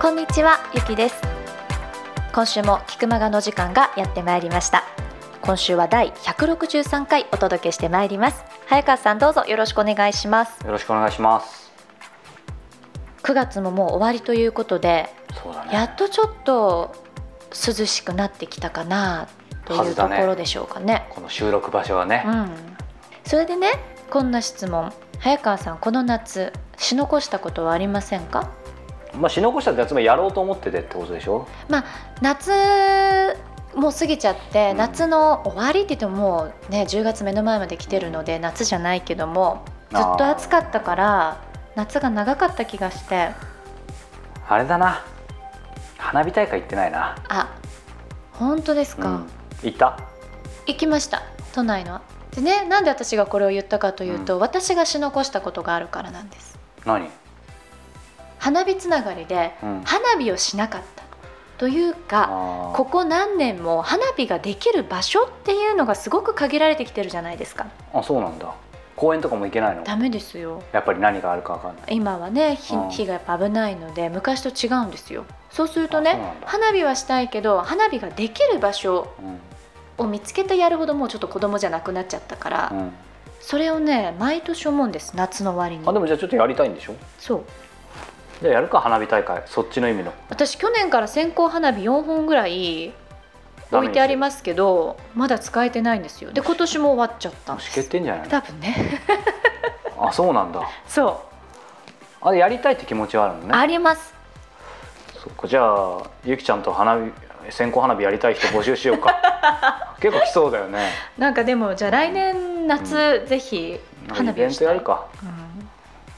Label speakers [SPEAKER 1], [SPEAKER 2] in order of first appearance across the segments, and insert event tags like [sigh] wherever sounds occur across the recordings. [SPEAKER 1] こんにちは、ゆきです。今週も菊間がの時間がやってまいりました。今週は第163回お届けしてまいります。早川さんどうぞよろしくお願いします。
[SPEAKER 2] よろしくお願いします。
[SPEAKER 1] 9月ももう終わりということで、
[SPEAKER 2] そうだね。
[SPEAKER 1] やっとちょっと涼しくなってきたかなと
[SPEAKER 2] はいず
[SPEAKER 1] うと
[SPEAKER 2] だね
[SPEAKER 1] ころでしょうかね。
[SPEAKER 2] この収録場所はね
[SPEAKER 1] う、ん。それでね、こんな質問。早川さんこの夏し残したことはありませんか？
[SPEAKER 2] まあし残したってつまりやろうと思っててってことでしょ。
[SPEAKER 1] 夏もう過ぎちゃって、
[SPEAKER 2] うん
[SPEAKER 1] 夏の終わりって言ってももうね10月目の前まで来てるので夏じゃないけどもずっと暑かったから夏が長かった気がして
[SPEAKER 2] あれだな。花火大会行ってないな。
[SPEAKER 1] あ本当ですか、
[SPEAKER 2] うん行った？
[SPEAKER 1] 行きました都内のでねなんで私がこれを言ったかというと、私がし残したことがあるからなんです
[SPEAKER 2] 何？
[SPEAKER 1] 花火つながりで
[SPEAKER 2] うん。
[SPEAKER 1] 花火をしなかったというか、
[SPEAKER 2] あー
[SPEAKER 1] ここ何年も花火ができる場所っていうのがすごく限られてきてるじゃないですか
[SPEAKER 2] あ、そうなんだ。公園とかも行けないの？
[SPEAKER 1] ダメですよ
[SPEAKER 2] やっぱり何があるかわかんない。
[SPEAKER 1] 今はね火
[SPEAKER 2] うん
[SPEAKER 1] 火がやっぱ危ないので昔と違うんですよそうすると
[SPEAKER 2] あそう
[SPEAKER 1] ね
[SPEAKER 2] なんだ
[SPEAKER 1] 花火はしたいけど花火ができる場所
[SPEAKER 2] う
[SPEAKER 1] を見つけてやるほどもうちょっと子供じゃなくなっちゃったから、
[SPEAKER 2] ん。うん。
[SPEAKER 1] それをね毎年思うんです夏の終わりに
[SPEAKER 2] あ、でもじゃあちょっとやりたいんでしょ。
[SPEAKER 1] そう
[SPEAKER 2] じゃあやるか花火大会。そっちの意味の。
[SPEAKER 1] 私去年から線香花火4本ぐらい置いてありますけどまだ使えてないんですよで今年も終わっちゃったんで
[SPEAKER 2] しけっ
[SPEAKER 1] す
[SPEAKER 2] てんじゃないの？
[SPEAKER 1] 多分ね
[SPEAKER 2] あ、そうなんだ。
[SPEAKER 1] そ
[SPEAKER 2] あれやりたいって気持ちはあるの
[SPEAKER 1] う、
[SPEAKER 2] ね。
[SPEAKER 1] あります
[SPEAKER 2] そっかじゃあゆきちゃんと花火線香花火やりたい人募集しようか
[SPEAKER 1] [laughs]
[SPEAKER 2] 結構来そうだよね
[SPEAKER 1] なんかでもじゃあ来年夏、ぜひ
[SPEAKER 2] なんか
[SPEAKER 1] 花
[SPEAKER 2] イ
[SPEAKER 1] 火
[SPEAKER 2] ベ
[SPEAKER 1] を
[SPEAKER 2] ン
[SPEAKER 1] し
[SPEAKER 2] ト
[SPEAKER 1] た
[SPEAKER 2] や
[SPEAKER 1] い
[SPEAKER 2] るか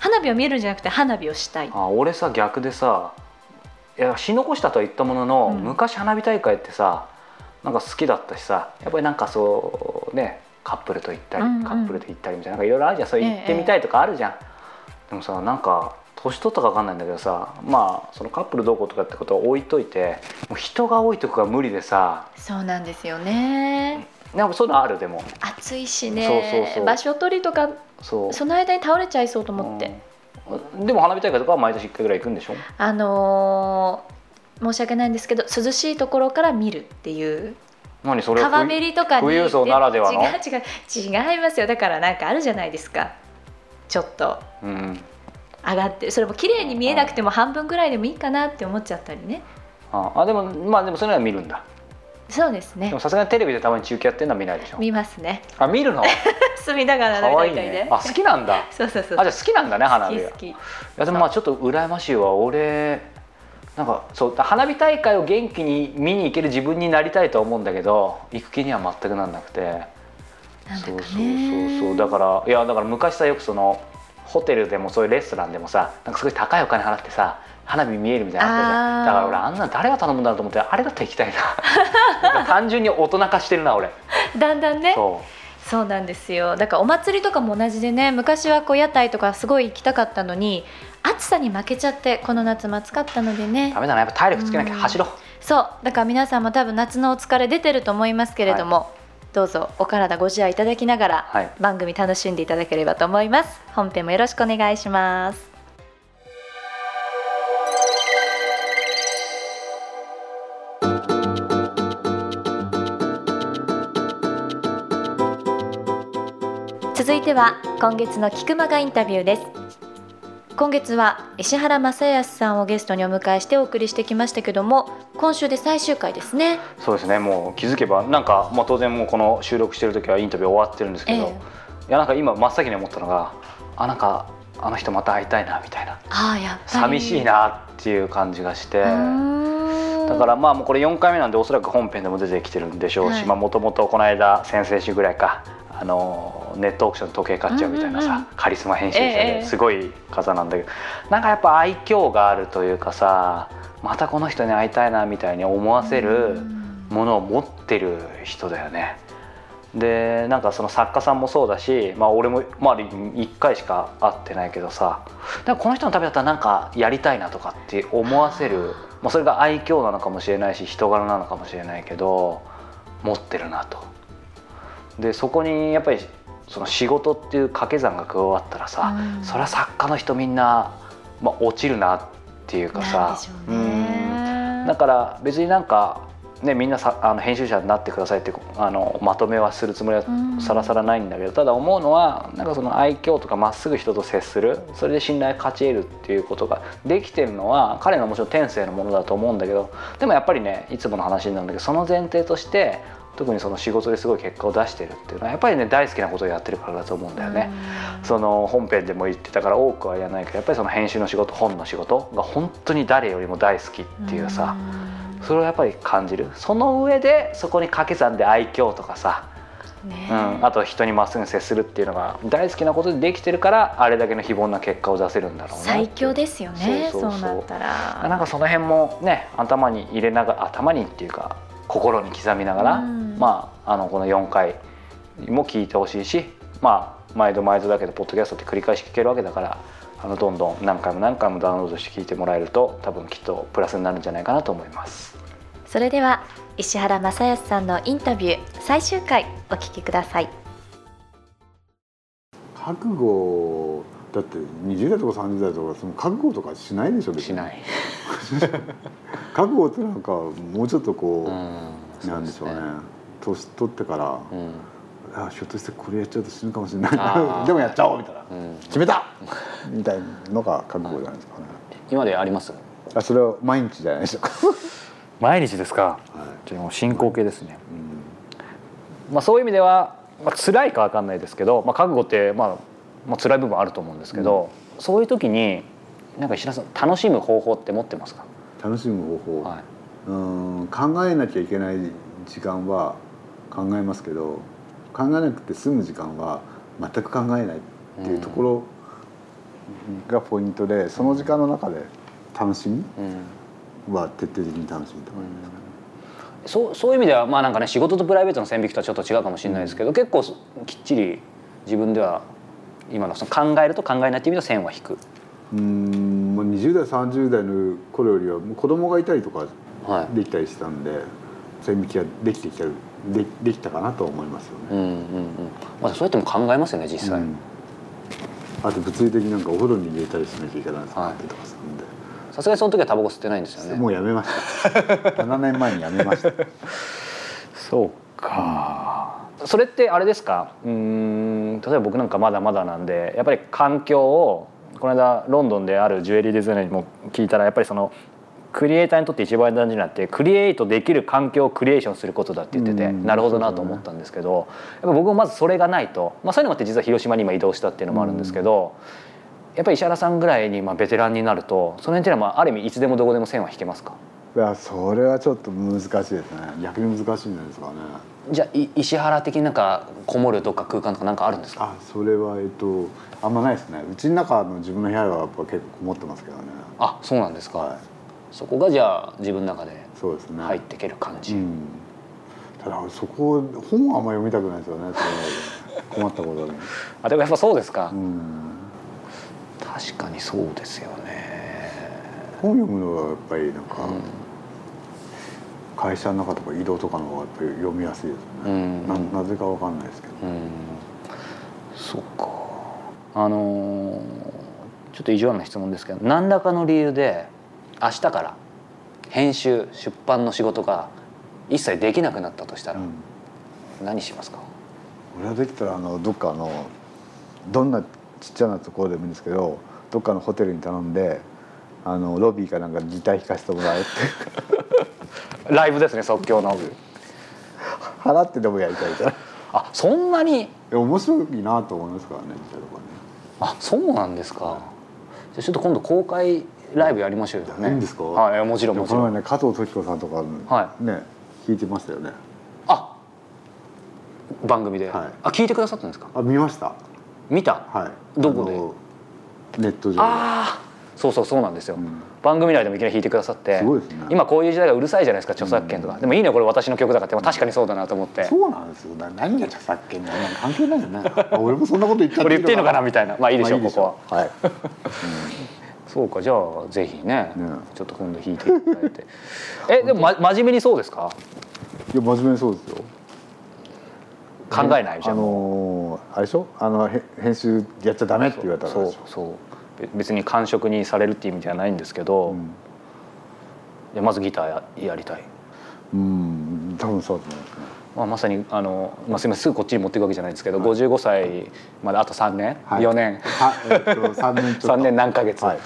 [SPEAKER 1] 花火を見るんじゃなくて花火をしたい
[SPEAKER 2] あ俺さ逆でさいやし残したとは言ったものの、
[SPEAKER 1] うん
[SPEAKER 2] 昔花火大会ってさなんか好きだったしさやっぱりなんかそうねカップルと行ったり、
[SPEAKER 1] うんうん
[SPEAKER 2] カップルで行ったりみたいななんかいろいろあるじゃんそう行ってみたいとかあるじゃん、でもさなんか年取ったか分かんないんだけどさまあそのカップルどうこうとかってことは置いといてもう人が多いとこが無理でさ
[SPEAKER 1] そうなんですよね
[SPEAKER 2] なんかそういうのあるでも
[SPEAKER 1] 暑いしね
[SPEAKER 2] そうそうそう
[SPEAKER 1] 場所取りとか
[SPEAKER 2] そう
[SPEAKER 1] その間に倒れちゃいそうと思って、
[SPEAKER 2] うんでも花火大会とかは毎年1回ぐらい行くんでしょ
[SPEAKER 1] あのー申し訳ないんですけど涼しいところから見るっていう
[SPEAKER 2] 何それは
[SPEAKER 1] 川べりとかに
[SPEAKER 2] 富裕層ならではの
[SPEAKER 1] 違う違う違いますよだからなんかあるじゃないですかちょっと
[SPEAKER 2] うん
[SPEAKER 1] 上がってるそれも綺麗に見えなくても半分ぐらいでもいいかなって思っちゃったりね
[SPEAKER 2] ああでもまあでもそういうのは見るんだ
[SPEAKER 1] そうです
[SPEAKER 2] で
[SPEAKER 1] ね
[SPEAKER 2] もさすがにテレビでたまに中継やってるのは見ないでしょ
[SPEAKER 1] 見ますね [laughs]
[SPEAKER 2] あ見るの
[SPEAKER 1] 隅田川
[SPEAKER 2] 可
[SPEAKER 1] の
[SPEAKER 2] 愛
[SPEAKER 1] 大会
[SPEAKER 2] い
[SPEAKER 1] で
[SPEAKER 2] ねあ好きなんだ
[SPEAKER 1] そうそうそう
[SPEAKER 2] あじゃあ好きなんだね花火がい
[SPEAKER 1] 好き好き
[SPEAKER 2] やでもまあちょっと羨ましいわ俺なんかそう花火大会を元気に見に行ける自分になりたいとは思うんだけど行く気には全くなんなくて
[SPEAKER 1] なんだか
[SPEAKER 2] そ
[SPEAKER 1] ね
[SPEAKER 2] うそうそうそうだからいやだから昔さよくそのホテルでもそういうレストランでもさなんかすごい高いお金払ってさ花火見えるみたいなのあったじゃ
[SPEAKER 1] あー
[SPEAKER 2] んだから俺あんなの誰が頼むんだろうと思ってあれだったら行きたい
[SPEAKER 1] [laughs]
[SPEAKER 2] ななんか単純に大人化してるな俺
[SPEAKER 1] だんだんねそう
[SPEAKER 2] そ
[SPEAKER 1] なんですよだからお祭りとかも同じでね昔はこう屋台とかすごい行きたかったのに暑さに負けちゃってこの夏も暑かったので
[SPEAKER 2] う
[SPEAKER 1] ね
[SPEAKER 2] ダメだなやっぱ体力つけなきゃ
[SPEAKER 1] うん
[SPEAKER 2] 走ろう
[SPEAKER 1] そうだから皆さんも多分夏のお疲れ出てると思いますけれども、どうぞお体ご自愛いただきながら
[SPEAKER 2] はい
[SPEAKER 1] 番組楽しんでいただければと思います本編もよろしくお願いします続いては今月の菊間がインタビューです今月は石原正康さんをゲストにお迎えしてお送りしてきましたけども今週で最終回ですね
[SPEAKER 2] そうですねもう気づけばなんか、まあ、当然もうこの収録してる時はインタビュー終わってるんですけど、
[SPEAKER 1] え
[SPEAKER 2] いやなんか今真っ先に思ったのがあなんかあの人また会いたいなみたいな
[SPEAKER 1] ああやっぱり
[SPEAKER 2] 寂しいなっていう感じがして。だ
[SPEAKER 1] だ
[SPEAKER 2] からまあもうこれ4回目なんでおそらく本編でも出てきてるんでしょうし、
[SPEAKER 1] はい
[SPEAKER 2] まあもともとこの間先々週ぐらいかあのネットオークションで時計買っちゃうみたいなさ、
[SPEAKER 1] うんうんうん
[SPEAKER 2] カリスマ編集者
[SPEAKER 1] ええ
[SPEAKER 2] ですごい方なんだけど、なんかやっぱ愛嬌があるというかさまたこの人に会いたいなみたいに思わせるものを持ってる人だよね。でなんかその作家さんもそうだし、まあ、俺も、まあ、1回しか会ってないけどさなんかこの人のためだったらなんかやりたいなとかって思わせる、まあ、それが愛嬌なのかもしれないし人柄なのかもしれないけど持ってるなと。でそこにやっぱりその仕事っていう掛け算が加わったらさ、
[SPEAKER 1] うん
[SPEAKER 2] そりゃ作家の人みんな、まあ、落ちるなっていうか
[SPEAKER 1] なん
[SPEAKER 2] さ
[SPEAKER 1] でしょう
[SPEAKER 2] うん
[SPEAKER 1] ね。
[SPEAKER 2] だから別になんか、ね、みんなさあの編集者になってくださいってあのまとめはするつもりは
[SPEAKER 1] うん
[SPEAKER 2] さらさらないんだけどただ思うのはなんかその愛嬌とかまっすぐ人と接するそれで信頼を勝ち得るっていうことができてるのは彼のもちろん天性のものだと思うんだけどでもやっぱりねいつもの話になるんだけどその前提として特にその仕事ですごい結果を出してるっていうのはやっぱりね大好きなことをやってるからだと思うんだよね。
[SPEAKER 1] うん
[SPEAKER 2] その本編でも言ってたから多くは言わないけどやっぱりその編集の仕事本の仕事が本当に誰よりも大好きっていうさ、それをやっぱり感じるその上でそこに掛け算で愛嬌とかさ、
[SPEAKER 1] うんね
[SPEAKER 2] うん、あと人にまっすぐ接するっていうのが大好きなことでできてるからあれだけの非凡な結果を出せるんだろうなっていう
[SPEAKER 1] 最強ですよね。
[SPEAKER 2] そ
[SPEAKER 1] そうう
[SPEAKER 2] そうそう
[SPEAKER 1] なったら。
[SPEAKER 2] なんかその辺もね頭に入れながら頭にっていうか心に刻みながら、
[SPEAKER 1] うん
[SPEAKER 2] まあ、あのこの4回も聞いてほしいし、まあ、毎度毎度だけどポッドキャストって繰り返し聞けるわけだからあのどんどん何回も何回もダウンロードして聞いてもらえると多分きっとプラスになるんじゃないかなと思います。
[SPEAKER 1] それでは石原正康さんのインタビュー最終回お聞きください。
[SPEAKER 3] 覚悟だって20代とか30代とかその覚悟とかしないでしょ別
[SPEAKER 2] し
[SPEAKER 3] に
[SPEAKER 2] ない、
[SPEAKER 3] 覚悟ってなんかもうちょっと
[SPEAKER 2] う
[SPEAKER 3] こ
[SPEAKER 2] ん
[SPEAKER 3] う、なんでしょうね年取ってから、
[SPEAKER 2] うん
[SPEAKER 3] あひょっとしてこれやっちゃうと死ぬかもしれ
[SPEAKER 2] あ
[SPEAKER 3] な
[SPEAKER 2] ー
[SPEAKER 3] いでもやっちゃおうみたいな
[SPEAKER 2] うん、
[SPEAKER 3] 決めたみたいなのが覚悟じゃないですかね、
[SPEAKER 2] 今であります
[SPEAKER 3] あそれは毎日じゃないでしょうか、
[SPEAKER 2] 毎日ですか
[SPEAKER 3] はい
[SPEAKER 2] じゃあもう進行形ですね、
[SPEAKER 3] [laughs] うん
[SPEAKER 2] まあ、そういう意味では、まあ、辛いか分かんないですけど、まあ、覚悟って、まあ、まあ辛い部分あると思うんですけど、そういう時になんか石田さん楽しむ方法って持ってますか、
[SPEAKER 3] 楽しむ方法、
[SPEAKER 2] は
[SPEAKER 3] うーん考えなきゃいけない時間は考えますけど考えなくて済む時間は全く考えないっていうところがポイントで、その時間の中で楽しみ
[SPEAKER 2] いうん
[SPEAKER 3] は徹底的に楽しみと思います、
[SPEAKER 2] そうそういう意味では、まあなんかね、仕事とプライベートの線引きとはちょっと違うかもしれないですけど、結構そきっちり自分では今のその考えると考えないっていう意味の線は引く。
[SPEAKER 3] うーんもう20代30代の頃よりはもう子供がいたりとか
[SPEAKER 2] は
[SPEAKER 3] できたりしたんで線引きができてきたでできたかなと思いますよね。
[SPEAKER 2] うんうんうんまあ、そうやっても考えますよね実際、
[SPEAKER 3] うんあと物理的になんかお風呂に入れたりしなきゃいけないとかってとかするんで。
[SPEAKER 2] さすがにその時はタバコ吸ってないんですよね
[SPEAKER 3] もうやめま [laughs] した。七年前にやめました。
[SPEAKER 2] そうか、それってあれですかうーん例えば僕なんかまだまだなんでやっぱり環境をこの間ロンドンであるジュエリーデザイナーにも聞いたらやっぱりそのクリエイターにとって一番大事なのってクリエイトできる環境をクリエーションすることだって言ってて
[SPEAKER 3] うん
[SPEAKER 2] なるほどなと思ったんですけどやっぱ僕もまずそれがないと、まあ、そういうのもあって実は広島に今移動したっていうのもあるんですけど。やっぱり石原さんぐらいにまあベテランになるとその辺っていうのはまあある意味いつでもどこでも線は引けますか
[SPEAKER 3] いや、それはちょっと難しいですね。逆に難しいんじゃないですかね。
[SPEAKER 2] じゃあい石原的になんかこもるどっか空間とかなんかあるんですか
[SPEAKER 3] あ、それはえっと、あんまないですね。うちの中の自分の部屋はやっぱ結構こもってますけどね。
[SPEAKER 2] あそうなんですか、
[SPEAKER 3] は
[SPEAKER 2] そこがじゃあ自分の中で
[SPEAKER 3] い。そうですね。
[SPEAKER 2] 入っていける感じ、
[SPEAKER 3] うん。ただ、そこ、本はあんま読みたくないですよね。その困ったことに。
[SPEAKER 2] あでもやっぱそうですか、
[SPEAKER 3] うん。
[SPEAKER 2] 確かにそうですよね
[SPEAKER 3] 本読むのはやっぱりなんか、
[SPEAKER 2] うん
[SPEAKER 3] 会社の中とか移動とかの方がやっぱり読みやすいです
[SPEAKER 2] う
[SPEAKER 3] ね。
[SPEAKER 2] ん
[SPEAKER 3] ななぜかわかんないですけど。
[SPEAKER 2] うんそうかあのーちょっと意地悪な質問ですけど何らかの理由で明日から編集出版の仕事が一切できなくなったとしたら
[SPEAKER 3] うん
[SPEAKER 2] 何しますか、
[SPEAKER 3] 俺はできたらあのどっかあのどんなちっちゃなところでもいいんですけどどっかのホテルに頼んであのロビーかなんかギター弾かせてもらう [laughs] って
[SPEAKER 2] ライブですね即興の
[SPEAKER 3] 払ってでもやりたいみたいな
[SPEAKER 2] あそんなに
[SPEAKER 3] え面白いなと思いますからねみたいなとこ
[SPEAKER 2] あそうなんですか、じゃあちょっと今度公開ライブやりましょうよ
[SPEAKER 3] は
[SPEAKER 2] ね
[SPEAKER 3] ねいいんですか
[SPEAKER 2] はいもちろん
[SPEAKER 3] ね
[SPEAKER 2] も
[SPEAKER 3] で
[SPEAKER 2] ち
[SPEAKER 3] この
[SPEAKER 2] ろ
[SPEAKER 3] 前
[SPEAKER 2] ん
[SPEAKER 3] ね加藤時子さんとかね、
[SPEAKER 2] は
[SPEAKER 3] 弾いてましたよね
[SPEAKER 2] あ番組で、
[SPEAKER 3] はい
[SPEAKER 2] あ聞いてくださったんですか
[SPEAKER 3] あ見ました
[SPEAKER 2] 見た、
[SPEAKER 3] はい
[SPEAKER 2] どこで
[SPEAKER 3] あのネット上で
[SPEAKER 2] あそうそうそうなんですよ、
[SPEAKER 3] うん
[SPEAKER 2] 番組内でもいきなり弾いてくださって
[SPEAKER 3] すごいですね
[SPEAKER 2] 今こういう時代がうるさいじゃないですか著作権とか、
[SPEAKER 3] うん
[SPEAKER 2] でもいいねこれ私の曲だからってまあ確かにそうだなと思って
[SPEAKER 3] そうなんですよな何が著作権なのか関係ないじゃ [laughs] ないあ俺もそんなこと言っちゃ
[SPEAKER 2] これ言っていいのかなみたいなまあいいでしょう、
[SPEAKER 3] まあいいでしょう
[SPEAKER 2] ここははいそうかじゃあぜひね
[SPEAKER 3] ね
[SPEAKER 2] ちょっと今度弾いていただいてえでも、ま、真面目にそうですか
[SPEAKER 3] いや真面目にそうですよ
[SPEAKER 2] 考えないじゃん
[SPEAKER 3] あのーあれでしょあのへ編集やっちゃダメって言われたから
[SPEAKER 2] そ
[SPEAKER 3] で
[SPEAKER 2] う
[SPEAKER 3] しょ
[SPEAKER 2] そうべ別に感触にされるっていう意味ではないんですけど、
[SPEAKER 3] うん
[SPEAKER 2] いやまずギターややりたい、
[SPEAKER 3] うん多分そうだと思いますね
[SPEAKER 2] まあ、まさにあの、まあ、すみませんすぐこっちに持っていくわけじゃないんですけど、55歳まであと3年、
[SPEAKER 3] はい
[SPEAKER 2] 4年 [laughs]
[SPEAKER 3] はえっと3年ちょっと
[SPEAKER 2] 3年何ヶ月、
[SPEAKER 3] はい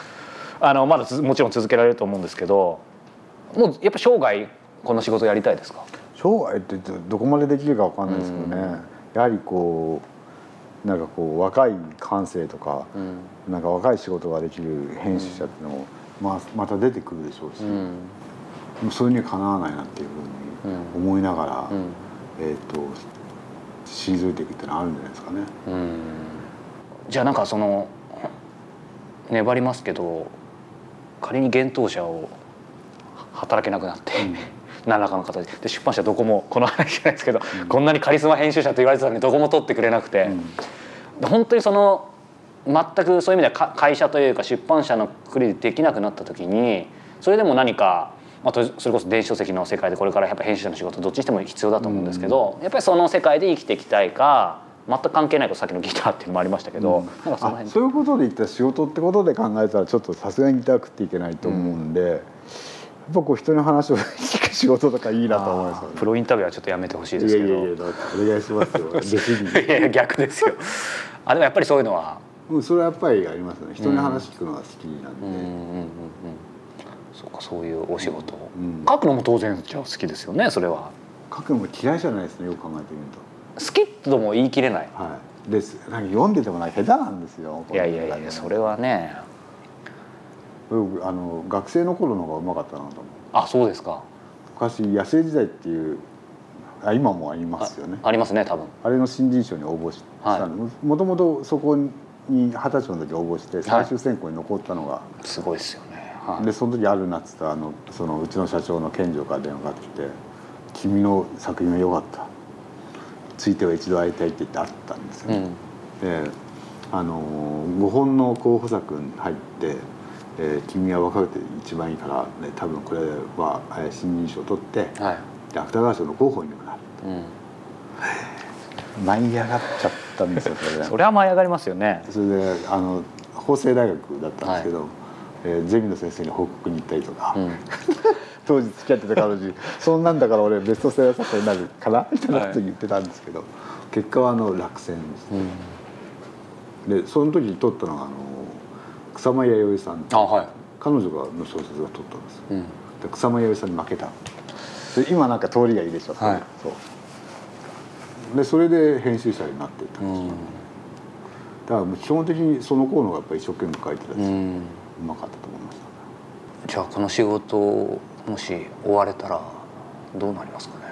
[SPEAKER 2] あのまだつもちろん続けられると思うんですけどもうやっぱ生涯この仕事やりたいですか
[SPEAKER 3] 生涯ってどどこまでできるかわかんないですけどね、やはりこうなんかこう若い感性とか、
[SPEAKER 2] ん
[SPEAKER 3] なんか若い仕事ができる編集者っていうのも、まあ、また出てくるでしょうし、
[SPEAKER 2] うん
[SPEAKER 3] でもそれにはかなわないなっていうふうに思いながら、
[SPEAKER 2] うん
[SPEAKER 3] えっ、と退いていくっていうのはあるんじゃないですかね。
[SPEAKER 2] うんじゃあなんかその粘りますけど仮に幻冬者を働けなくなって、何らかの形でで出版社どこもこの話じゃないですけど、こんなにカリスマ編集者と言われてたのにどこも取ってくれなくて、で本当にその全くそういう意味ではか会社というか出版社のくくりでできなくなった時にそれでも何か、まあ、とそれこそ電子書籍の世界でこれからやっぱ編集者の仕事どっちにしても必要だと思うんですけど、やっぱりその世界で生きていきたいか全く関係ないことさっきのギターっていうのもありましたけど、なんかその
[SPEAKER 3] あ
[SPEAKER 2] 辺
[SPEAKER 3] そういうことで言ったら仕事ってことで考えたらちょっとさすがに痛くっていけないと思うんで、やっぱこう人の話を聞く仕事とかいいなと思いますよね
[SPEAKER 2] プロインタビューはちょっとやめてほしいで
[SPEAKER 3] い
[SPEAKER 2] す
[SPEAKER 3] や
[SPEAKER 2] け
[SPEAKER 3] い
[SPEAKER 2] ど
[SPEAKER 3] やいやだってお願いしますよ [laughs] 別に
[SPEAKER 2] いやいや逆です [laughs] よあでもやっぱりそういうのは
[SPEAKER 3] うんそれはやっぱりありますね人に話聞くのが好きなんで、
[SPEAKER 2] うんうんうんうんそうかそういうお仕事を、
[SPEAKER 3] うん
[SPEAKER 2] 書くのも当然じゃあ好きですよねそれは
[SPEAKER 3] 書くのも嫌いじゃないですねよく考えてみる
[SPEAKER 2] 好きとも言い切れない
[SPEAKER 3] とはいですなんか読んでてもなんか下手なんですよ
[SPEAKER 2] いやいやいやそれはね
[SPEAKER 3] 僕あの学生の頃の方がうまかったなと思う
[SPEAKER 2] あそうですか
[SPEAKER 3] 昔野生時代っていうあ今もありますよね
[SPEAKER 2] ありますね多分
[SPEAKER 3] あれの新人賞に応募したの、もともとそこに二十歳の時応募して最終選考に残ったのが、
[SPEAKER 2] すごいですよね、はい
[SPEAKER 3] でその時あるなっつったあのそのうちの社長の健丈から電話がかかってきて「君の作品は良かった」「ついては一度会いたい」って言ってあったんですよ、
[SPEAKER 2] うん
[SPEAKER 3] であの5本の候補作に入って「えー君は若くて一番いいから、ね、多分これはえー新人賞を取って、
[SPEAKER 2] はい
[SPEAKER 3] で芥川賞の候補にもなる
[SPEAKER 2] うん、」
[SPEAKER 3] 舞い上がっちゃったんですよそれで [laughs]
[SPEAKER 2] それは舞い上がりますよね
[SPEAKER 3] それであの法政大学だったんですけど、えーゼミの先生に報告に行ったりとか、
[SPEAKER 2] うん
[SPEAKER 3] 当時付き合ってた彼
[SPEAKER 2] [laughs]
[SPEAKER 3] 女に「そんなんだから俺ベストセラー作家になるかな」みたいなこと言ってたんですけど、結果はあの落選です、
[SPEAKER 2] うん
[SPEAKER 3] でその時撮ったのがあの草間彌生さん
[SPEAKER 2] あはい
[SPEAKER 3] 彼女がの小説が撮ったんですよ
[SPEAKER 2] うん
[SPEAKER 3] で草間彌生さんに負けたで今なんか通りがいいでしょ、
[SPEAKER 2] はい
[SPEAKER 3] そうでそれで編集者になっていったんですよ、
[SPEAKER 2] うん
[SPEAKER 3] だからもう基本的にその頃の方がやっぱり一生懸命書いてたし、
[SPEAKER 2] う
[SPEAKER 3] うんまかったと思いましたね
[SPEAKER 2] じゃあこの仕事をもし追われたらどうなりますかね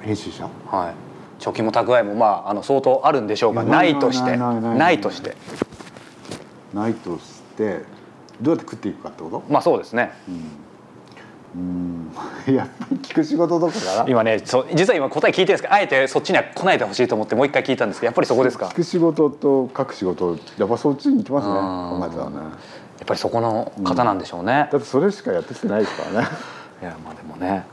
[SPEAKER 3] 編集者
[SPEAKER 2] はい貯金も蓄えもまああの相当あるんでしょうが
[SPEAKER 3] いやな
[SPEAKER 2] ないいとして
[SPEAKER 3] ないないない
[SPEAKER 2] ないとして
[SPEAKER 3] ないとしてどうやって食っていくかってこと
[SPEAKER 2] まあそうですね
[SPEAKER 3] うん [laughs] やっぱり聞く仕事とかかな
[SPEAKER 2] 今ねそう実は今答え聞いてるんですけどあえてそっちには来ないでほしいと思ってもう一回聞いたんですけどやっぱりそこですか
[SPEAKER 3] 聞く仕事と書く仕事やっぱそっちに行きますね
[SPEAKER 2] うん
[SPEAKER 3] 考えたらね
[SPEAKER 2] やっぱりそこの方なんでしょうね、
[SPEAKER 3] だってそれしかやってきてないです [laughs] からね
[SPEAKER 2] いやまあでもね、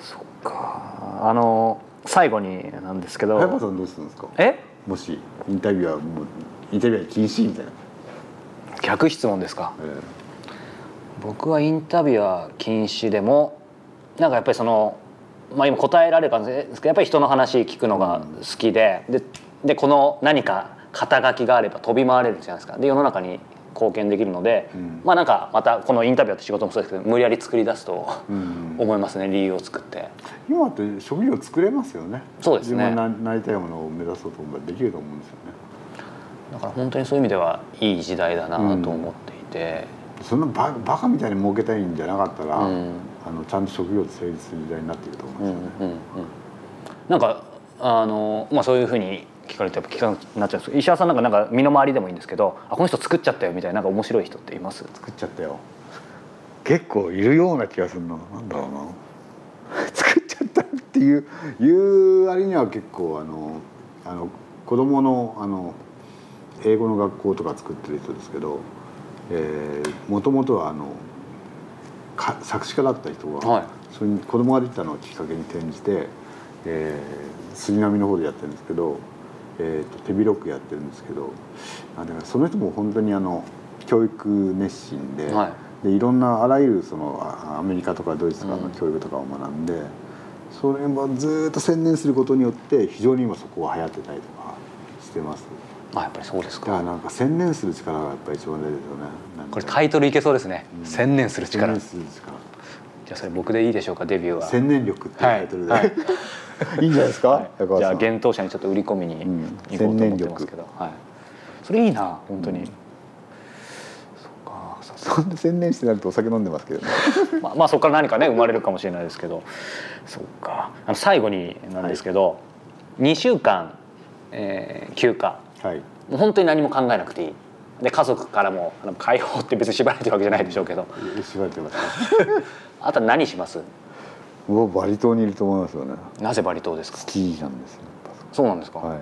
[SPEAKER 2] そっかあの最後になんですけ
[SPEAKER 3] 早川さ
[SPEAKER 2] ど
[SPEAKER 3] んどうするんですか
[SPEAKER 2] え
[SPEAKER 3] もしインタビューはもうインタビューは禁止みたいな、
[SPEAKER 2] 逆質問ですか
[SPEAKER 3] えー
[SPEAKER 2] 僕はインタビュアー禁止でもなんかやっぱりその、まあ、今答えられるかもしれないですけどやっぱり人の話聞くのが好きで、ででこの何か肩書きがあれば飛び回れるじゃないですかで世の中に貢献できるので、
[SPEAKER 3] ん
[SPEAKER 2] まあなんかまたこのインタビュアーって仕事もそうですけど無理やり作り出すと
[SPEAKER 3] ん
[SPEAKER 2] 思いますね、理由を作って。
[SPEAKER 3] 今って職業作れますよね
[SPEAKER 2] そうですね
[SPEAKER 3] 自分がななりたいものを目指そうと思えばできると思うんですよね
[SPEAKER 2] だから本当にそういう意味ではいい時代だなと思っていて、
[SPEAKER 3] そんなババカみたいに儲けたいんじゃなかったら、
[SPEAKER 2] うん
[SPEAKER 3] あのちゃんと職業って成立する時代になっていると思う
[SPEAKER 2] う
[SPEAKER 3] んで
[SPEAKER 2] ん
[SPEAKER 3] すよね、
[SPEAKER 2] うんうんなんかあの、まあ、そういうふうに聞かれるとやっぱ聞かなくなっちゃうんですけど石原さんなんかなんか身の回りでもいいんですけどあこの人作っちゃったよみたいななんか面白い人っています
[SPEAKER 3] 作っちゃったよ結構いるような気がするのなんだろうな [laughs] 作っちゃったっていういうあれには結構あのあの子供のあの英語の学校とか作ってる人ですけどもともとはあのか作詞家だった人が、
[SPEAKER 2] はい
[SPEAKER 3] それに子供ができたのをきっかけに転じて、えー杉並の方でやってるんですけど、えー、と手広くやってるんですけどあだからその人も本当にあの教育熱心で,、、
[SPEAKER 2] はい
[SPEAKER 3] でいろんなあらゆるそのあアメリカとかドイツとか
[SPEAKER 2] う
[SPEAKER 3] の
[SPEAKER 2] ん
[SPEAKER 3] 教育とかを学んで、それもずーっと専念することによって非常に今そこは流行ってたりとかしてます。
[SPEAKER 2] あやっぱりそうです
[SPEAKER 3] だからなんか専念する力がやっぱり一番出てるよね。なんか
[SPEAKER 2] これタイトルいけそうですね、
[SPEAKER 3] うん
[SPEAKER 2] 専念する
[SPEAKER 3] 専
[SPEAKER 2] 力
[SPEAKER 3] 念
[SPEAKER 2] じ
[SPEAKER 3] する力。
[SPEAKER 2] ゃあそれ僕でいいでしょうかデビューは
[SPEAKER 3] 専念力っていうタイトルで、
[SPEAKER 2] はい
[SPEAKER 3] い、 [laughs] いんじゃないですか、
[SPEAKER 2] はいじゃあ
[SPEAKER 3] 高橋さん
[SPEAKER 2] 幻冬舎にちょっと売り込みに
[SPEAKER 3] うん
[SPEAKER 2] 行こうと思ってますけど、はい、それいいな本当に、
[SPEAKER 3] うん
[SPEAKER 2] そっかさす
[SPEAKER 3] [laughs] そんな専念してなるとお酒飲んでますけどね
[SPEAKER 2] まあ、まあそこから何かね生まれるかもしれないですけどそっかあの最後になんですけど、2週間、えー休暇
[SPEAKER 3] はい
[SPEAKER 2] もう本当に何も考えなくていいで家族からもあの解放って別に縛られてるわけじゃないでしょうけど
[SPEAKER 3] 縛られてます
[SPEAKER 2] あとは何します
[SPEAKER 3] もうバリ島にいると思いますよね
[SPEAKER 2] なぜバリ島ですか
[SPEAKER 3] スキーなんですよやっ
[SPEAKER 2] そうなんですか、
[SPEAKER 3] ぱはい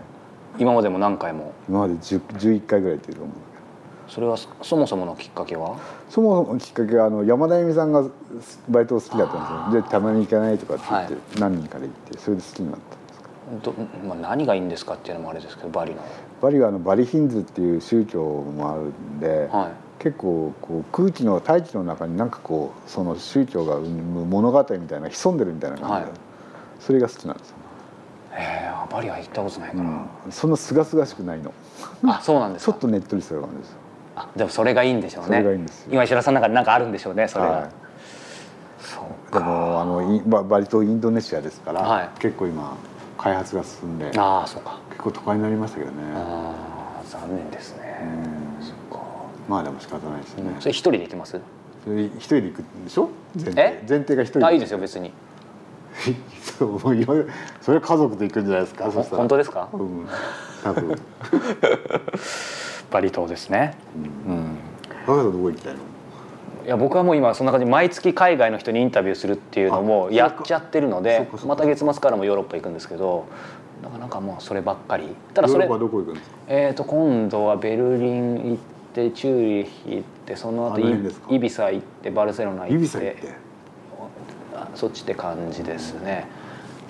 [SPEAKER 2] 今までも何回も
[SPEAKER 3] 今まで10 11回ぐらい行ってると思うんだけど
[SPEAKER 2] それはそそもそものきっかけは
[SPEAKER 3] そもそもきっかけはあの山田恵美さんがすバイトを好きだったんですよでたまに行かないとかって言って、
[SPEAKER 2] は
[SPEAKER 3] 何人かで行ってそれで好きになったんです
[SPEAKER 2] ど、まあ、何がいいんですかっていうのもあれですけどバリの、
[SPEAKER 3] バリはあのバリヒンズっていう宗教もあるんで、
[SPEAKER 2] は
[SPEAKER 3] 結構こう空気の大気の中になんかこうその宗教が生む物語みたいな潜んでるみたいな感じで、
[SPEAKER 2] はい
[SPEAKER 3] それが好きなんですよ、
[SPEAKER 2] い、へえあバリは行ったことないか
[SPEAKER 3] う
[SPEAKER 2] ら、
[SPEAKER 3] ん、そんなすがすがしくないの
[SPEAKER 2] あそうなんです
[SPEAKER 3] ちょ
[SPEAKER 2] か
[SPEAKER 3] っとねっとりする感じですよ
[SPEAKER 2] あでもそれがいいんでしょうね
[SPEAKER 3] それがいいんですよ
[SPEAKER 2] 今石原さんの中で何かあるんでしょうねそれが、
[SPEAKER 3] はい
[SPEAKER 2] そう
[SPEAKER 3] で
[SPEAKER 2] か
[SPEAKER 3] もあのインババリ島インドネシアですから、
[SPEAKER 2] はい
[SPEAKER 3] 結構今開発が進んで結
[SPEAKER 2] ああそうか
[SPEAKER 3] 構都会になりましたけどね、
[SPEAKER 2] ああ残念です
[SPEAKER 3] う
[SPEAKER 2] ね、
[SPEAKER 3] ん
[SPEAKER 2] そっか、
[SPEAKER 3] まあでも仕方ないですよね、
[SPEAKER 2] それ一人で行きます
[SPEAKER 3] それ一人で行くんでしょ前提
[SPEAKER 2] え
[SPEAKER 3] 前提が一人
[SPEAKER 2] あいいですよ別に
[SPEAKER 3] [laughs] そうもういろいろそれは家族と行くんじゃないですかそしたら
[SPEAKER 2] 本当ですか
[SPEAKER 3] うん多分、
[SPEAKER 2] バリ島ですね
[SPEAKER 3] うん
[SPEAKER 2] うん
[SPEAKER 3] 若さんどこ行きたいの
[SPEAKER 2] いや僕はもう今そんな感じで毎月海外の人にインタビューするっていうのも
[SPEAKER 3] あ
[SPEAKER 2] やっちゃってるの
[SPEAKER 3] そう
[SPEAKER 2] で
[SPEAKER 3] かそうか
[SPEAKER 2] また月末からもヨーロッパ行くんですけどなかなかもうそればっかりただ
[SPEAKER 3] ヨ
[SPEAKER 2] それ
[SPEAKER 3] ーロッパはどこ行くんですか
[SPEAKER 2] えー、と今度はベルリン行ってチューリッヒ行ってその
[SPEAKER 3] あ
[SPEAKER 2] 後
[SPEAKER 3] の
[SPEAKER 2] イ
[SPEAKER 3] 辺ですか
[SPEAKER 2] イビサ行ってバルセロナ行って
[SPEAKER 3] 指さ行って
[SPEAKER 2] あそっちって感じですね、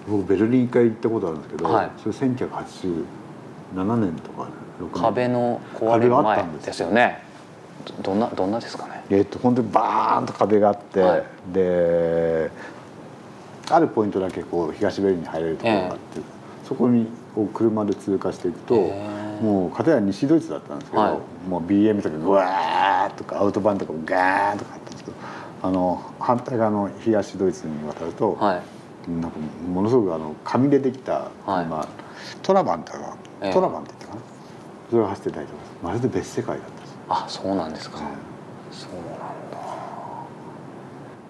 [SPEAKER 3] 僕ベルリン一回行ったことあるんですけど、
[SPEAKER 2] はい
[SPEAKER 3] それ1987年とか6年
[SPEAKER 2] 壁の壊れる
[SPEAKER 3] 壁があっ
[SPEAKER 2] 前
[SPEAKER 3] たんです
[SPEAKER 2] ですよねどどんなどんなですかね
[SPEAKER 3] えっと本当にバーンと壁があって、
[SPEAKER 2] はい
[SPEAKER 3] であるポイントだけこう東ベルリンに入れるところがあって、そこにこう車で通過していくと、
[SPEAKER 2] へー
[SPEAKER 3] もう片や西ドイツだったんですけど、
[SPEAKER 2] は
[SPEAKER 3] もう BM とかグワーッとかアウトバンとかガーンとかあったんですけどあの反対側の東ドイツに渡ると、
[SPEAKER 2] はい
[SPEAKER 3] なんかものすごくあの紙でできた、
[SPEAKER 2] はい
[SPEAKER 3] まあ、トラバンとか、
[SPEAKER 2] ええ
[SPEAKER 3] トラバンって言ったかなそれを走ってたりとかまるで別世界だったんですよ、
[SPEAKER 2] あそうなんですか、そうなんだ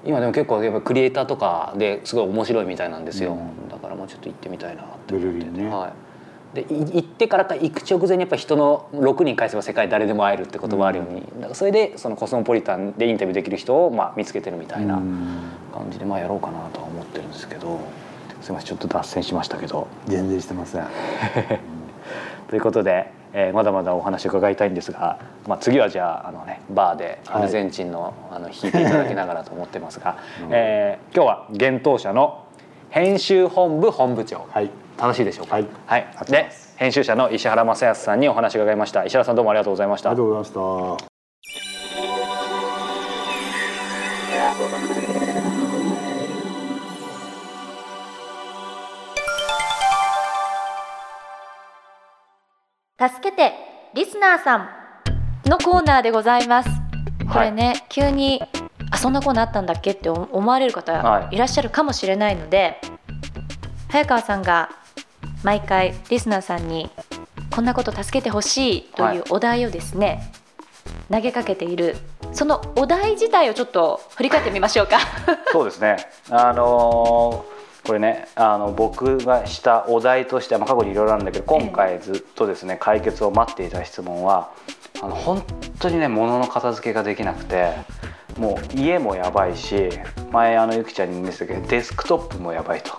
[SPEAKER 2] 今でも結構やっぱクリエイターとかですごい面白いみたいなんですよ、
[SPEAKER 3] うん
[SPEAKER 2] だからもうちょっと行ってみたいなって思
[SPEAKER 3] ベル
[SPEAKER 2] って
[SPEAKER 3] リ
[SPEAKER 2] て、
[SPEAKER 3] ンね
[SPEAKER 2] はい、でい行ってからか行く直前にやっぱ人の6人返せば世界誰でも会えるって言葉あるように、だからそれでそのコスモポリタンでインタビューできる人をまあ見つけてるみたいな
[SPEAKER 3] うん
[SPEAKER 2] 感じでまあやろうかなとは思ってるんですけどすいませんちょっと脱線しましたけど。
[SPEAKER 3] 全然してません
[SPEAKER 2] ということで、えーまだまだお話を伺いたいんですが、まあ、次はじゃああの、ね、バーでアルゼンチンの,、あの弾いていただきながらと思ってます
[SPEAKER 3] [laughs]
[SPEAKER 2] が、えー今日は幻冬舎の編集本部本部長、
[SPEAKER 3] はい
[SPEAKER 2] 正しいでしょうか、
[SPEAKER 3] はい合って
[SPEAKER 2] で
[SPEAKER 3] ます
[SPEAKER 2] 編集者の石原正康さんにお話を伺いました石原さんどうもありがとうございました
[SPEAKER 3] ありがとうございました
[SPEAKER 1] 助けてリスナーさんのコーナーでございます。これね、急にあそんなコーナーあったんだっけって思思われる方
[SPEAKER 2] はい
[SPEAKER 1] いらっしゃるかもしれないので、早川さんが毎回リスナーさんにこんなこと助けてほしいと
[SPEAKER 2] はいいう
[SPEAKER 1] お題をですね、投げかけているその
[SPEAKER 2] [laughs]
[SPEAKER 1] お題自体をちょっと振り返ってみましょうか。
[SPEAKER 2] そうですねあのーこれねあの僕がしたお題としては、まあ、過去にいろいろあるんだけど今回ずっとですね解決を待っていた質問はあの本当にね物の片付けができなくてもう家もやばいし前あのゆきちゃんに見せたけどデスクトップもやばいと。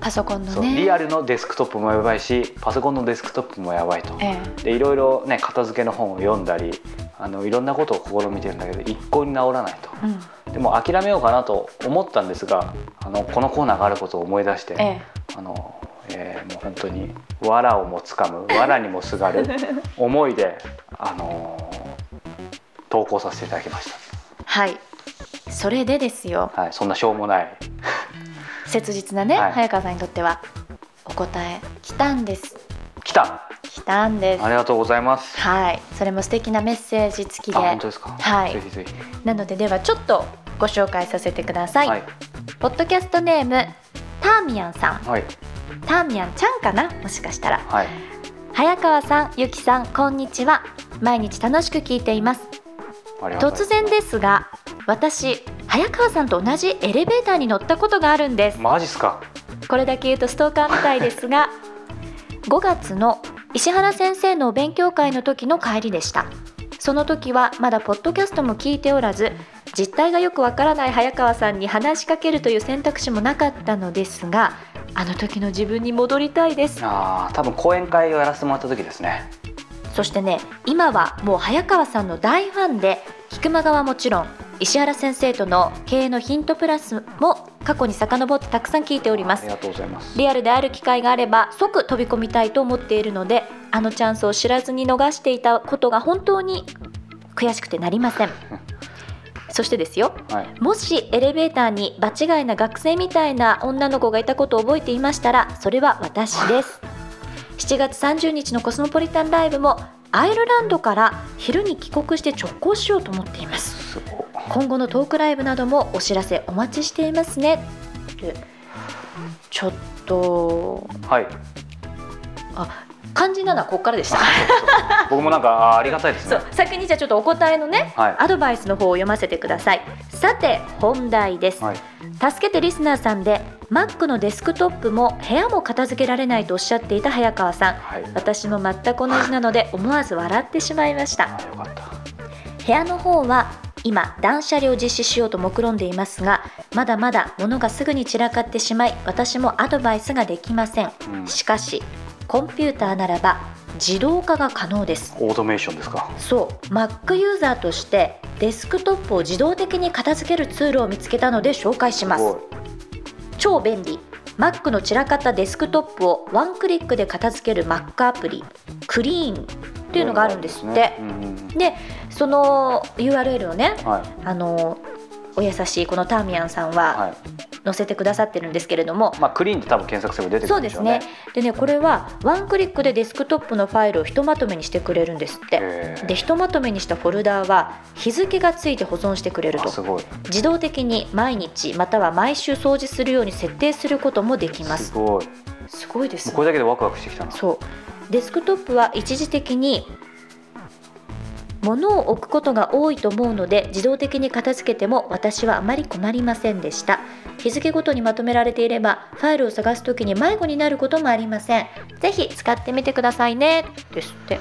[SPEAKER 1] パソコンの
[SPEAKER 2] そう
[SPEAKER 1] ね
[SPEAKER 2] リアルのデスクトップもやばいしパソコンのデスクトップもやばいと
[SPEAKER 1] ええ
[SPEAKER 2] でいろいろね片付けの本を読んだりあのいろんなことを試みてるんだけど一向に治らないと
[SPEAKER 1] うん
[SPEAKER 2] でも諦めようかなと思ったんですがあのこのコーナーがあることを思い出して、
[SPEAKER 1] ええ
[SPEAKER 2] あのえーもう本当に藁をもつかむ藁にもす
[SPEAKER 1] [laughs]
[SPEAKER 2] がる思いであのー投稿させていただきまし
[SPEAKER 1] はいそれでですよ
[SPEAKER 2] た、はい、そんなしょうもない
[SPEAKER 1] 切実なね、
[SPEAKER 2] はい
[SPEAKER 1] 早川さんにとってはお答え来たんです
[SPEAKER 2] 来た
[SPEAKER 1] 来たんです
[SPEAKER 2] ありがとうございます
[SPEAKER 1] はいそれも素敵なメッセージ付き
[SPEAKER 2] あ
[SPEAKER 1] で
[SPEAKER 2] 本当ですか、
[SPEAKER 1] はい
[SPEAKER 2] ぜひぜひ
[SPEAKER 1] なのでではちょっとご紹介させてください、
[SPEAKER 2] はい
[SPEAKER 1] ポッドキャストネームターミヤンさん
[SPEAKER 2] はい
[SPEAKER 1] ターミヤンちゃんかなもしかしたら
[SPEAKER 2] はい
[SPEAKER 1] 早川さんゆきさんこんにちは毎日楽しく聞いています
[SPEAKER 2] ありがとうご
[SPEAKER 1] 突
[SPEAKER 2] ざ
[SPEAKER 1] 然
[SPEAKER 2] います
[SPEAKER 1] ですが私早川さんと同じエレベーターに乗ったことがあるんです
[SPEAKER 2] マジっすか
[SPEAKER 1] これだけ言うとストーカーみたいですが5月の石原先生のお勉強会の時の帰りでしたその時はまだポッドキャストも聞いておらず実態がよくわからない早川さんに話しかけるという選択肢もなかったのですがあの時の自分に戻りたいです
[SPEAKER 2] ああ多分講演会をやらせてもらった時ですね
[SPEAKER 1] そしてね今はもう早川さんの大ファンで菊間川はもちろん石原先生との経営のヒントプラスも過去に遡ってたくさん聞いておりま
[SPEAKER 2] あ
[SPEAKER 1] す
[SPEAKER 2] りがとうございます
[SPEAKER 1] リアルである機会があれば即飛び込みたいと思っているのであのチャンスを知らずに逃していたことが本当に悔しくてなりませんそしてですよ
[SPEAKER 2] はい
[SPEAKER 1] もしエレベーターに場違いな学生みたいな女の子がいたことを覚えていましたらそれは私です7月30日のコスモポリタンライブもアイルランドから昼に帰国して直行しようと思っています
[SPEAKER 2] すごい
[SPEAKER 1] 今後のトークライブなどもお知らせお待ちしていますねちょっと
[SPEAKER 2] はい
[SPEAKER 1] 肝心なのはここからでした
[SPEAKER 2] 僕もなんかあーありがたいです
[SPEAKER 1] そ
[SPEAKER 2] ね
[SPEAKER 1] う先にじゃあちょっとお答えのね
[SPEAKER 2] はい
[SPEAKER 1] アドバイスの方を読ませてくださいさて本題です、
[SPEAKER 2] はい
[SPEAKER 1] 助けてリスナーさんで Mac のデスクトップも部屋も片付けられないとおっしゃっていた早川さん
[SPEAKER 2] はい
[SPEAKER 1] 私も全く同じなので思わず笑ってしまいました
[SPEAKER 2] あよかった
[SPEAKER 1] 部屋の方は今断捨離を実施しようと目論んでいますがまだまだ物がすぐに散らかってしまい私もアドバイスができません
[SPEAKER 2] うん
[SPEAKER 1] しかしコンピューターならば自動化が可能です
[SPEAKER 2] オートメーションですか
[SPEAKER 1] そう Mac ユーザーとしてデスクトップを自動的に片付けるツールを見つけたので紹介します
[SPEAKER 2] すごい
[SPEAKER 1] 超便利 Mac の散らかったデスクトップをワンクリックで片付ける Mac アプリクリーンっていうのがあるんですって
[SPEAKER 2] うんうんうん
[SPEAKER 1] でその URL をね
[SPEAKER 2] はい
[SPEAKER 1] あのお優しいこのターミヤンさん
[SPEAKER 2] は
[SPEAKER 1] はい載せてくださってるんですけれども、
[SPEAKER 2] まあクリーンで多分検索すれば出てく
[SPEAKER 1] そう
[SPEAKER 2] る
[SPEAKER 1] んで
[SPEAKER 2] でしょ
[SPEAKER 1] す
[SPEAKER 2] うね
[SPEAKER 1] ねでねこれはワンクリックでデスクトップのファイルをひとまとめにしてくれるんですって
[SPEAKER 2] へー
[SPEAKER 1] でひとまとめにしたフォルダーは日付がついて保存してくれる
[SPEAKER 2] あ
[SPEAKER 1] と
[SPEAKER 2] すごい
[SPEAKER 1] 自動的に毎日または毎週掃除するように設定することもできますす
[SPEAKER 2] ごいも
[SPEAKER 1] すごいです
[SPEAKER 2] うこれだけでワクワクしてきたな
[SPEAKER 1] そうデスクトップは一時的に物を置くことが多いと思うので自動的に片付けても私はあまり困りませんでした日付ごとにまとめられていればファイルを探す時に迷子になることもありませんぜひ使ってみてくださいねですって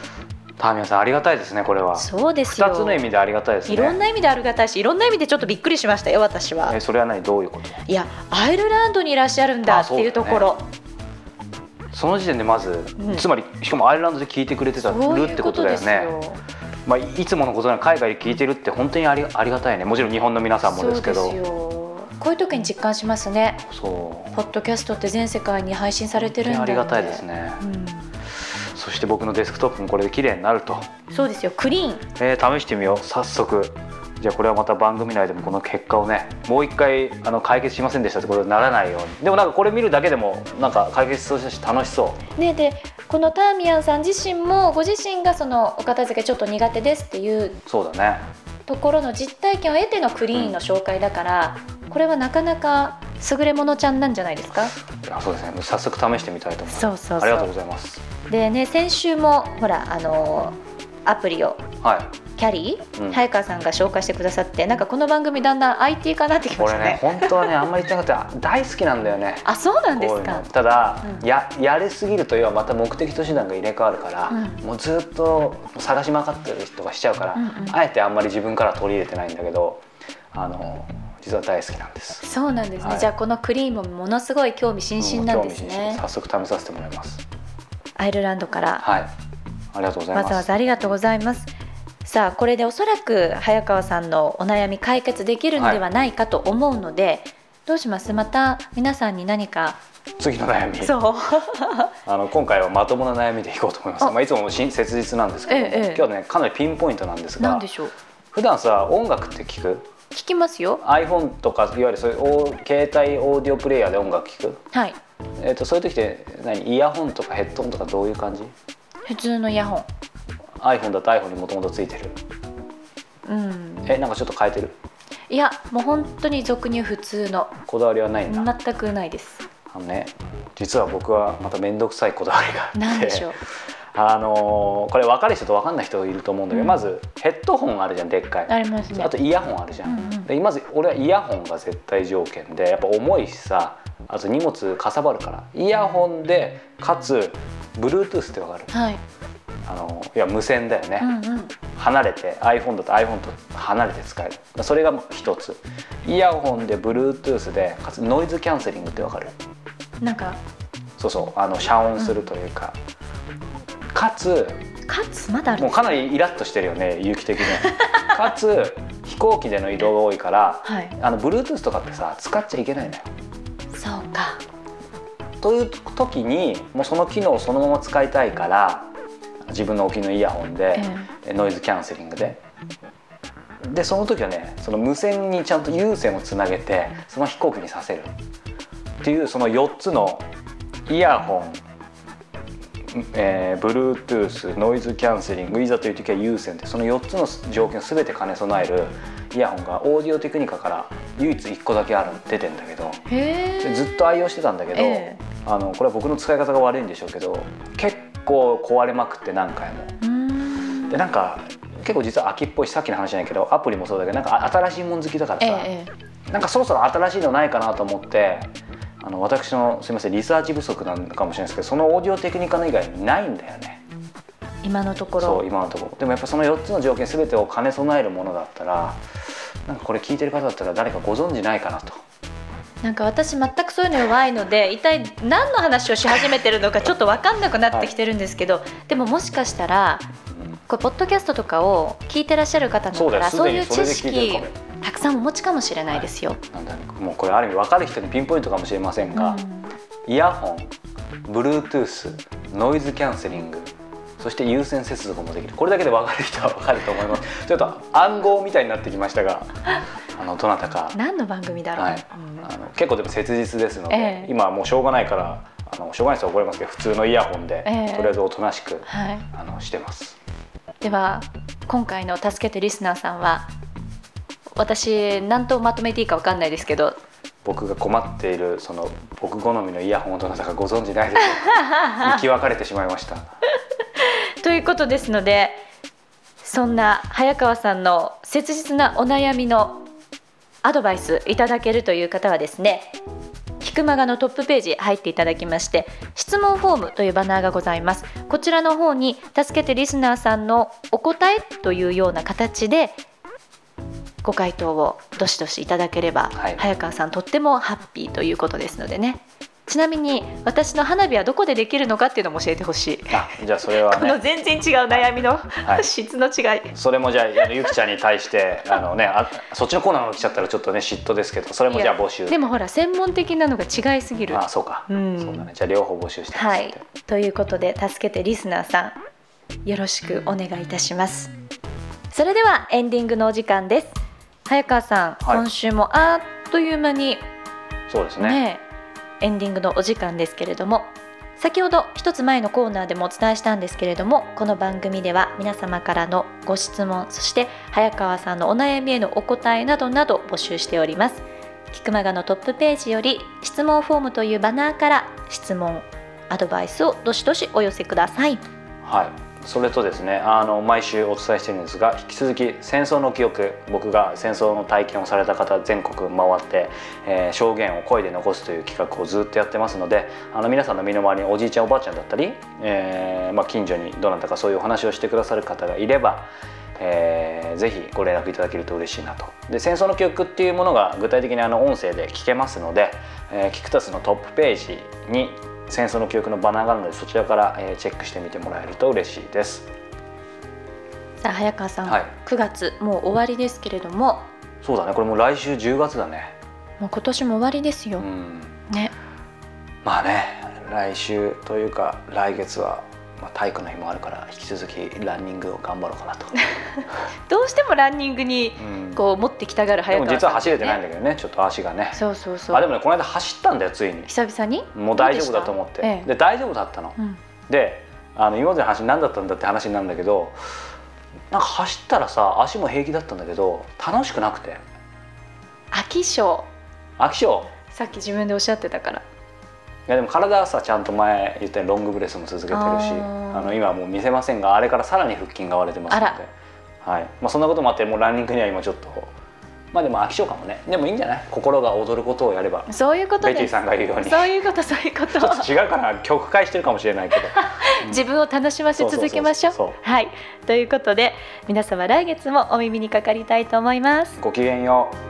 [SPEAKER 2] ターミヤさんありがたいですねこれは
[SPEAKER 1] そうですよ
[SPEAKER 2] 二つの意味でありがたいですね
[SPEAKER 1] いろんな意味でありがたいしいろんな意味でちょっとびっくりしましたよ私は
[SPEAKER 2] えそれは何どういうこと
[SPEAKER 1] いやアイルランドにいらっしゃるんだ
[SPEAKER 2] あ
[SPEAKER 1] って
[SPEAKER 2] そうだ
[SPEAKER 1] い
[SPEAKER 2] ね
[SPEAKER 1] うところ
[SPEAKER 2] その時点でまず、
[SPEAKER 1] ん
[SPEAKER 2] つまりしかもアイルランドで聞いてくれてた
[SPEAKER 1] そう
[SPEAKER 2] る
[SPEAKER 1] い
[SPEAKER 2] っ
[SPEAKER 1] う
[SPEAKER 2] て
[SPEAKER 1] こ
[SPEAKER 2] こ
[SPEAKER 1] と
[SPEAKER 2] とだ
[SPEAKER 1] で
[SPEAKER 2] よ
[SPEAKER 1] す
[SPEAKER 2] ね
[SPEAKER 1] よ
[SPEAKER 2] まあ、いつものことなら海外で聞いてるって本当にありありがたいねもちろん日本の皆さんも
[SPEAKER 1] そ
[SPEAKER 2] で
[SPEAKER 1] う
[SPEAKER 2] すけ
[SPEAKER 1] です
[SPEAKER 2] ど
[SPEAKER 1] よこういう時に実感しますね
[SPEAKER 2] そう
[SPEAKER 1] ポッドキャストって全世界に配信されてるん
[SPEAKER 2] 本当に
[SPEAKER 1] だ
[SPEAKER 2] ありがたいです
[SPEAKER 1] ね、
[SPEAKER 2] ね、
[SPEAKER 1] う
[SPEAKER 2] そして僕のデスクトップもこれで綺麗になると、
[SPEAKER 1] ん、そうですよクリーン
[SPEAKER 2] えー試してみよう早速じゃあこれはまた番組内でもこの結果をねもう一回あの解決しませんでしたってことにならないようにでもなんかこれ見るだけでもなんか解決そうだし楽しそ
[SPEAKER 1] ねでこのターミヤンさん自身もご自身がそのお片付けちょっと苦手ですっていう
[SPEAKER 2] うそうだね
[SPEAKER 1] ところの実体験を得てのクリーンの紹介だから、これはなかなか優れものちゃんなんじゃないですか
[SPEAKER 2] いやそうですねもう早速試してみたいと思います
[SPEAKER 1] うそ
[SPEAKER 2] ありがとうございます
[SPEAKER 1] でね先週もほらあのアプリを
[SPEAKER 2] は
[SPEAKER 1] キャリー、
[SPEAKER 2] うん
[SPEAKER 1] 早川さんが紹介してくださってなんかこの番組だんだん IT 化になってき
[SPEAKER 2] い
[SPEAKER 1] まし
[SPEAKER 2] 俺
[SPEAKER 1] たね [laughs]
[SPEAKER 2] ね本当はねあんまり言ってなくて大好きなんだよね
[SPEAKER 1] あそうなんです
[SPEAKER 2] こういうの
[SPEAKER 1] か
[SPEAKER 2] ただ、
[SPEAKER 1] うん
[SPEAKER 2] ややれすぎると要はまた目的と手段が入れ替わるから、
[SPEAKER 1] うん
[SPEAKER 2] もうずっと探しまかってる人がしちゃうから、
[SPEAKER 1] うんうん
[SPEAKER 2] あえてあんまり自分からは取り入れてないんだけどあの実は大好きなんです。
[SPEAKER 1] そうなんですね、
[SPEAKER 2] はい
[SPEAKER 1] じゃあこのクリームもものすごい興味津々なんです
[SPEAKER 2] うん興味津々
[SPEAKER 1] ね、
[SPEAKER 2] 早速試させてもらいます。
[SPEAKER 1] アイルランドから
[SPEAKER 2] はい。ありがとうございま
[SPEAKER 1] わ
[SPEAKER 2] す。
[SPEAKER 1] ざわざありがとうございますさあこれでおそらく早川さんのお悩み解決できるのではないかと思うので、どうしますまた皆さんに何か
[SPEAKER 2] 次の悩み。
[SPEAKER 1] そう
[SPEAKER 2] あの今回はまともな悩みでいこうと思います。
[SPEAKER 1] あ
[SPEAKER 2] まあいつも親切実なんですけども、
[SPEAKER 1] ええええ
[SPEAKER 2] 今日はねかなりピンポイントなんです
[SPEAKER 1] なん
[SPEAKER 2] が
[SPEAKER 1] で、しょう
[SPEAKER 2] 普段さ音楽って聞く
[SPEAKER 1] 聞きますよ
[SPEAKER 2] ？iPhone とかいわゆるそういうお携帯オーディオプレイヤーで音楽聞く？
[SPEAKER 1] はい
[SPEAKER 2] えっとそういう時って何イヤホンとかヘッドホンとかどういう感じ
[SPEAKER 1] 普通のイヤホン
[SPEAKER 2] ?iPhone だと iPhone にもともとついてる
[SPEAKER 1] うん
[SPEAKER 2] えなんかちょっと変えてる
[SPEAKER 1] いやもう本当に俗に普通の
[SPEAKER 2] こだわりはないんだ、
[SPEAKER 1] 全くないです
[SPEAKER 2] あのね実は僕はまた面倒くさいこだわりがあって
[SPEAKER 1] なんでしょう
[SPEAKER 2] [laughs] あのーこれ分かる人と分かんない人いると思うんだけど、
[SPEAKER 1] うん
[SPEAKER 2] まずヘッドホンあるじゃんでっかい、
[SPEAKER 1] ありますね
[SPEAKER 2] あとイヤホンあるじゃ
[SPEAKER 1] う
[SPEAKER 2] ん、
[SPEAKER 1] んうん
[SPEAKER 2] でまず俺はイヤホンが絶対条件でやっぱ重いしさあと荷物かさばるからイヤホンでかつ Bluetooth って分かる
[SPEAKER 1] はい
[SPEAKER 2] あのいや無線だよね、
[SPEAKER 1] うんうん
[SPEAKER 2] 離れて iPhone だと iPhone と離れて使えるそれが一つイヤホンで Bluetooth でかつノイズキャンセリングってわかる
[SPEAKER 1] なんか
[SPEAKER 2] そうそうあの遮音するというか、かつ
[SPEAKER 1] カツまだある
[SPEAKER 2] もうかなりイラッとしてるよね有機的に
[SPEAKER 1] [laughs]
[SPEAKER 2] かつ飛行機での移動が多いから
[SPEAKER 1] はい
[SPEAKER 2] あの Bluetooth とかってさ使っちゃいけないのよ
[SPEAKER 1] そうか
[SPEAKER 2] という時にもうその機能をそのまま使いたいから自分のお気に入りのイヤホンで、ノイズキャンセリングで。でその時はねその無線にちゃんと有線をつなげてその飛行機にさせるっていうその4つのイヤホン、えー、Bluetooth ノイズキャンセリングいざという時は有線ってその4つの条件を全て兼ね備えるイヤホンがオーディオテクニカから唯一1個だけある出てんだけど
[SPEAKER 1] へえ
[SPEAKER 2] ずっと愛用してたんだけど、
[SPEAKER 1] ええ
[SPEAKER 2] あのこれは僕の使い方が悪いんでしょうけど結構壊れまくって何回も。
[SPEAKER 1] うーん
[SPEAKER 2] でなんか結構実は秋っぽいしさっきの話じゃないけどアプリもそうだけどなんかあ新しいもん好きだから
[SPEAKER 1] ええ
[SPEAKER 2] さ、
[SPEAKER 1] ええ
[SPEAKER 2] なんかそろそろ新しいのないかなと思ってあの私のすみませんリサーチ不足なのかもしれないですけどそのオーディオテクニカの以外にないんだよね
[SPEAKER 1] 今のとこ
[SPEAKER 2] そ
[SPEAKER 1] ろ
[SPEAKER 2] う今のところでもやっぱその4つの条件全てを兼ね備えるものだったらなんかこれ聞いてる方だったら誰かご存じないかなと
[SPEAKER 1] なんか私全くそういうの弱いので一体何の話をし始めてるのかちょっと分かんなくなってきてるんですけど、でももしかしたら
[SPEAKER 2] うん
[SPEAKER 1] これポッドキャストとかを聞いてらっしゃる方の
[SPEAKER 2] そう
[SPEAKER 1] か
[SPEAKER 2] だ
[SPEAKER 1] ら
[SPEAKER 2] よ
[SPEAKER 1] そういう
[SPEAKER 2] すで
[SPEAKER 1] 知
[SPEAKER 2] にそれで聞い
[SPEAKER 1] 識
[SPEAKER 2] てるか
[SPEAKER 1] たくさんお持ちかもしれないですよ。
[SPEAKER 2] なんだろうもうこれある意味分かる人にピンポイントかもしれませんが、
[SPEAKER 1] うん
[SPEAKER 2] イヤホン Bluetooth ノイズキャンセリングそして有線接続もできるこれだけで分かる人は分かると思いますちょっと暗号みたいになってきまし
[SPEAKER 1] [laughs]
[SPEAKER 2] たがあのどなたか、
[SPEAKER 1] 何の番組だろう、
[SPEAKER 2] はい、
[SPEAKER 1] うん
[SPEAKER 2] あの結構でも切実ですので、
[SPEAKER 1] ええ
[SPEAKER 2] 今はもうしょうがないからあのしょうがない人は怒りますけど普通のイヤホンで、
[SPEAKER 1] ええ
[SPEAKER 2] とりあえずおとなしく
[SPEAKER 1] はい、
[SPEAKER 2] あのしてます
[SPEAKER 1] では今回の「助けてリスナーさんは」私何とまとめていいか分かんないですけど
[SPEAKER 2] 僕が困っているその僕好みのイヤホンをどなたかご存じないでしょう
[SPEAKER 1] [laughs]
[SPEAKER 2] か生き別れてしまいました
[SPEAKER 1] ということですのでそんな早川さんの切実なお悩みのアドバイスいただけるという方はですね「ひくまが」のトップページ入っていただきまして質問フォームというバナーがございますこちらの方に「助けてリスナーさんのお答え」というような形でご回答をどしどしいただければ、
[SPEAKER 2] はい
[SPEAKER 1] 早川さんとってもハッピーということですのでねちなみに私の花火はどこでできるのかっていうのも教えてほしい。
[SPEAKER 2] あじゃあそれはね
[SPEAKER 1] この全然違う悩みの、
[SPEAKER 2] い
[SPEAKER 1] 質の違い。
[SPEAKER 2] それもじゃああのゆきちゃんに対してあのねあそっちのコーナーが来ちゃったらちょっとね嫉妬ですけどそれもじゃあ募集
[SPEAKER 1] でもほら専門的なのが違いすぎる。
[SPEAKER 2] あそうか、
[SPEAKER 1] うん
[SPEAKER 2] そうだねじゃあ両方募集してま
[SPEAKER 1] は
[SPEAKER 2] すっ
[SPEAKER 1] い
[SPEAKER 2] て、。
[SPEAKER 1] ということで助けてリスナーさんよろしくお願いいたします。それではエンディングのお時間です。早川さん、
[SPEAKER 2] はい
[SPEAKER 1] 今週もあっという間に
[SPEAKER 2] そうですね
[SPEAKER 1] ねエンディングのお時間ですけれども先ほど一つ前のコーナーでもお伝えしたんですけれどもこの番組では皆様からのご質問そして早川さんのお悩みへのお答えなどなど募集しております菊間がのトップページより質問フォームというバナーから質問アドバイスをどしどしお寄せください
[SPEAKER 2] はいそれとですねあの毎週お伝えしてるんですが引き続き戦争の記憶僕が戦争の体験をされた方全国回って、えー証言を声で残すという企画をずっとやってますのであの皆さんの身の回りにおじいちゃんおばあちゃんだったり、えーまあ、近所にどなたかそういうお話をしてくださる方がいれば、えーぜひご連絡いただけると嬉しいなとで戦争の記憶っていうものが具体的にあの音声で聞けますので、えーキクタスのトップページに戦争の記憶のバナーがあるのでそちらから、えーチェックしてみてもらえると嬉しいです
[SPEAKER 1] さあ早川さん、
[SPEAKER 2] はい
[SPEAKER 1] 9月もう終わりですけれども
[SPEAKER 2] そうだねこれもう来週10月だね
[SPEAKER 1] もう今年も終わりですよ、
[SPEAKER 2] うん
[SPEAKER 1] ね
[SPEAKER 2] まあね来週というか来月は、まあ、体育の日もあるから引き続きランニングを頑張ろう
[SPEAKER 1] [laughs]
[SPEAKER 2] かなと、
[SPEAKER 1] どうしてもランニングに
[SPEAKER 2] うん
[SPEAKER 1] こう持ってきたがる
[SPEAKER 2] で
[SPEAKER 1] 早
[SPEAKER 2] も
[SPEAKER 1] 川さん、ね、
[SPEAKER 2] 実は走れてないんだけどねちょっと足がね
[SPEAKER 1] そうそうそう
[SPEAKER 2] あでもねこの間走ったんだよついに
[SPEAKER 1] 久々に
[SPEAKER 2] もう大丈夫だと思って
[SPEAKER 1] どうで
[SPEAKER 2] で,、
[SPEAKER 1] したええ
[SPEAKER 2] 大丈夫だったの、
[SPEAKER 1] うん
[SPEAKER 2] であの今までの話何だったんだって話なんだけどなんか走ったらさ足も平気だったんだけど楽しくなくて
[SPEAKER 1] 秋賞
[SPEAKER 2] 飽き性
[SPEAKER 1] さっき自分でおっしゃってたから
[SPEAKER 2] いやでも体はさちゃんと前言ったようにロングブレスも続けてるし
[SPEAKER 1] あー
[SPEAKER 2] あの今はもう見せませんがあれからさらに腹筋が割れてますので
[SPEAKER 1] あ
[SPEAKER 2] はいまあ、そんなこともあってもうランニングには今ちょっとまあでも飽き性かもねでもいいんじゃない心が躍ることをやれば
[SPEAKER 1] そういうこと
[SPEAKER 2] ベティ
[SPEAKER 1] で
[SPEAKER 2] ー
[SPEAKER 1] す
[SPEAKER 2] さんが言うようにちょ
[SPEAKER 1] そういうことそういうこ
[SPEAKER 2] [laughs] っ
[SPEAKER 1] と
[SPEAKER 2] と違うかな曲解してるかもしれないけど
[SPEAKER 1] 自分を楽しませ続けましょう
[SPEAKER 2] そうそうそうそ
[SPEAKER 1] はいということで皆様来月もお耳にかかりたいと思います
[SPEAKER 2] ごきげんよう